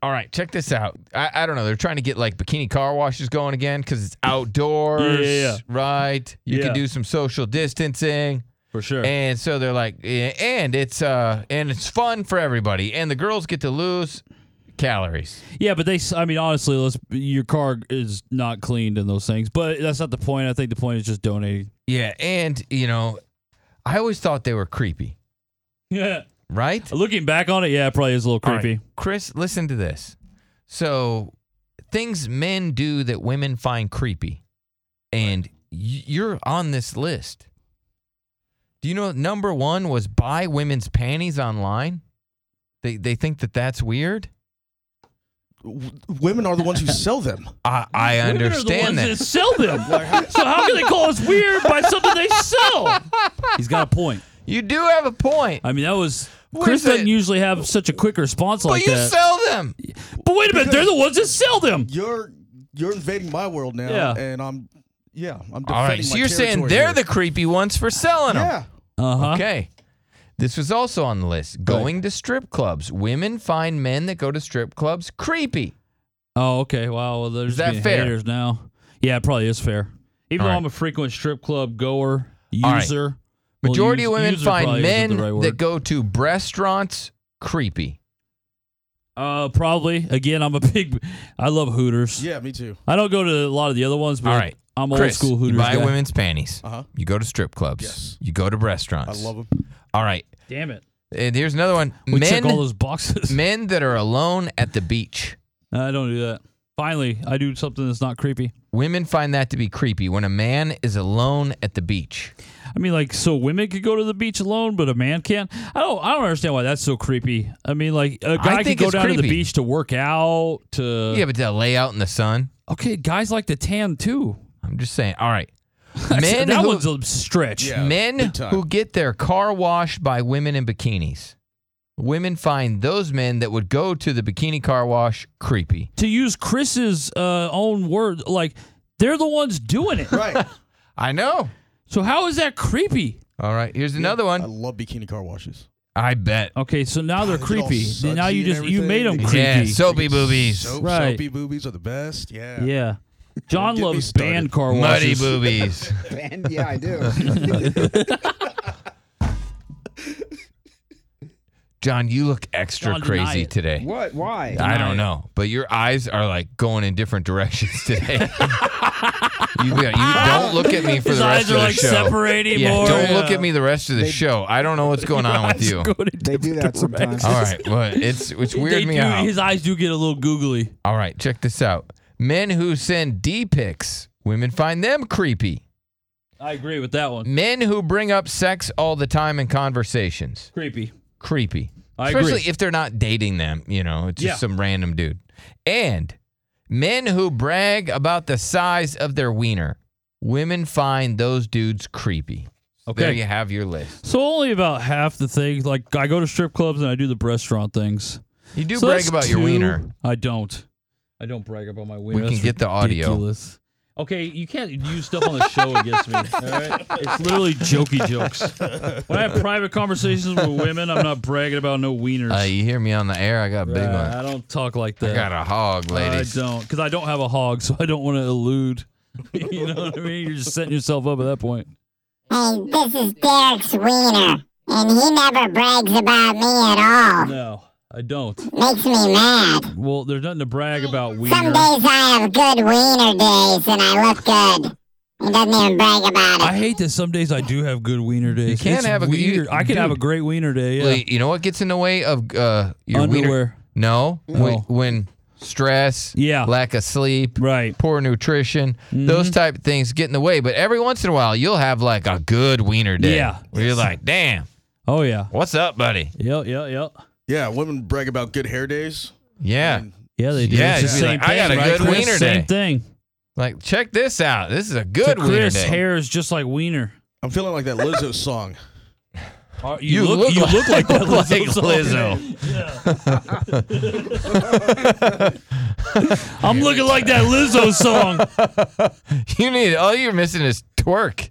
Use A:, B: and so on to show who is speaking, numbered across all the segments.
A: All right, check this out. I, I don't know. They're trying to get like bikini car washes going again because it's outdoors,
B: Yeah, yeah, yeah.
A: right? You
B: Yeah.
A: can do some social distancing,
B: for sure.
A: and so they're like, "Yeah, and it's uh, and it's fun for everybody, and the girls get to lose calories.
B: yeah, but they. s- I mean, honestly, let's. Your car is not cleaned and those things, but that's not the point. I think the point is just donating.
A: Yeah, and you know, I always thought they were creepy,
B: Yeah.
A: right?
B: Looking back on it, yeah, it probably is a little
A: All right,
B: creepy.
A: Chris, listen to this. So, things men do that women find creepy, and y- you're on this list. Do you know number one was buy women's panties online? They they think that that's weird.
C: W- women are the ones who sell them.
A: I I understand
B: Women are the
A: that.
B: ones that sell them. so how can they call us weird by something they sell? He's got a point.
A: you do have a point,
B: I mean, that was.
A: Where's
B: Chris doesn't
A: that-
B: usually have such a quick response
A: but
B: like
A: you
B: that.
A: sell them.
B: but wait a minute, they're the ones that sell them.
C: You're you're invading my world now,
B: Yeah.
C: and I'm yeah. I'm defending
A: All right, so
C: my
A: you're saying
C: territory
A: they're
C: here.
A: the creepy ones for selling them.
C: yeah.
B: Uh huh.
A: Okay. This was also on the list. Going to strip clubs. Women find men that go to strip clubs creepy.
B: Oh, okay. Wow. Well, there's
A: Is that fair?
B: haters now. Yeah, it probably is fair. Even
A: All
B: though
A: right.
B: I'm a frequent strip club goer,
A: All right.
B: user. well,
A: Majority
B: use-
A: of women
B: user
A: find
B: probably isn't
A: men
B: the right
A: that
B: word.
A: go to restaurants creepy.
B: Uh, probably. Again, I'm a big. I love Hooters.
C: Yeah, me too.
B: I don't go to a lot of the other ones, but
A: All right.
B: I'm old
A: Chris,
B: school Hooters.
A: You buy
B: guy.
A: women's panties.
C: Uh-huh.
A: You go to strip clubs.
C: Yes.
A: You go to
C: I
A: restaurants.
C: love them.
A: All right.
B: Damn it.
A: And here's another one.
B: We check
A: men
B: all those boxes.
A: men that are alone at the beach.
B: I don't do that. Finally, I do something that's not creepy.
A: Women find that to be creepy when a man is alone at the beach.
B: I mean, like, so women could go to the beach alone, but a man can't. I don't. I don't understand why that's so creepy. I mean, like, a guy could
A: think
B: go
A: it's
B: down to the
A: creepy.
B: beach to work out. To
A: yeah, but to lay out in the sun.
B: okay, guys like to tan too.
A: I'm just saying. All right.
B: that
A: Men who,
B: one's a stretch.
C: Yeah.
A: men
C: big time.
A: who get their car washed by women in bikinis. Women find those men that would go to the bikini car wash creepy.
B: To use Chris's uh, own word, like they're the ones doing it.
C: Right.
A: I know.
B: So how is that creepy?
A: All right, here's another
C: I
A: one.
C: love bikini car washes.
A: I bet.
B: Okay, so now they're
C: they get all
B: creepy.
C: sudsy
B: Now you
C: and
B: just you
C: everything.
B: made them
C: Yeah,
B: creepy.
A: Yeah, soapy boobies,
C: Soap,
B: Right.
C: Soapy boobies are the best. Yeah.
B: yeah. John
C: Get me
B: loves
C: started.
B: band car
A: muddy
B: washes.
A: boobies.
D: And yeah, I do.
A: John, you look extra
B: John, deny
A: crazy
B: it.
A: today.
D: what?
A: I
D: Why?
B: Deny it.
A: don't know, but your eyes are like going in different directions today. you, you don't look at me for
B: His
A: the rest
B: eyes
A: of
B: are
A: the
B: like
A: show.
B: separating
A: yeah,
B: more.
A: don't look
B: Yeah.
A: at me the rest of the show. I don't know what's going on with you.
B: Go to
D: They do that sometimes.
A: All right, well, it's it's
B: They
A: weird me
B: do-
A: out.
B: His eyes do get a little googly.
A: All right, check this out. Men who send D pics, women find them creepy.
B: I agree with that one.
A: Men who bring up sex all the time in conversations,
B: Creepy.
A: creepy.
B: I agree.
A: Especially if they're not dating them, you know, it's just
B: Yeah.
A: some random dude. And men who brag about the size of their wiener, women find those dudes creepy.
B: Okay.
A: There you have your list.
B: So only about half the things. Like I go to strip clubs and I do the restaurant things.
A: You do
B: So
A: brag
B: that's
A: about your
B: two-
A: wiener.
B: I don't. I don't brag about my wiener.
A: We can
B: That's
A: get the audio.
B: ridiculous. Okay, you can't use stuff on the show against me. All right, it's literally jokey jokes. When I have private conversations with women, I'm not bragging about no wieners.
A: Uh, you hear me on the air? I got a big
B: Right,
A: one.
B: I don't talk like that.
A: I got a hog, ladies.
B: I don't, because I don't have a hog, so I don't want to elude. you know what I mean? You're just setting yourself up at that point.
E: Hey, this is Derek's Wiener, and he never brags about me at all.
B: No, I don't.
E: Makes me mad.
B: Well, there's nothing to brag about.
E: Some
B: Wiener.
E: days I have good wiener days, and I look good. He doesn't even brag about it.
B: I hate that some days I do have good wiener days.
A: can
B: It's
A: have a- you-
B: weird. I can have a
A: dude.
B: great wiener day. Yeah.
A: Wait, You know what gets in the way of uh, your wiener-
B: Underwear.
A: No, When,
B: No.
A: when stress,
B: Yeah. Mm-hmm.
A: lack of sleep,
B: Right.
A: poor nutrition, those type of things get in the way. But every once in a while, you'll have like a good wiener day.
B: Yeah.
A: where you're like, damn,
B: Oh yeah.
A: what's up, buddy?
B: Yep. Yep. Yep.
C: Yeah. Women brag about good hair days.
A: Yeah,
C: And
B: Yeah, they do.
A: Yeah,
B: it's the
A: you'd be
B: same
A: like,
B: thing.
A: I got a
B: right,
A: good
B: Chris?
A: wiener
B: Same
A: day.
B: thing.
A: like check this out. This is a good
B: so
A: wiener
B: Chris
A: day.
B: hair is just like wiener.
C: I'm feeling like that Lizzo song.
B: Uh,
A: You look
B: you
A: like-
B: look like that
A: look
B: Lizzo.
A: like
B: song. Yeah. I'm looking like that Lizzo song.
A: You need all you're missing is twerk.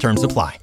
F: Terms apply.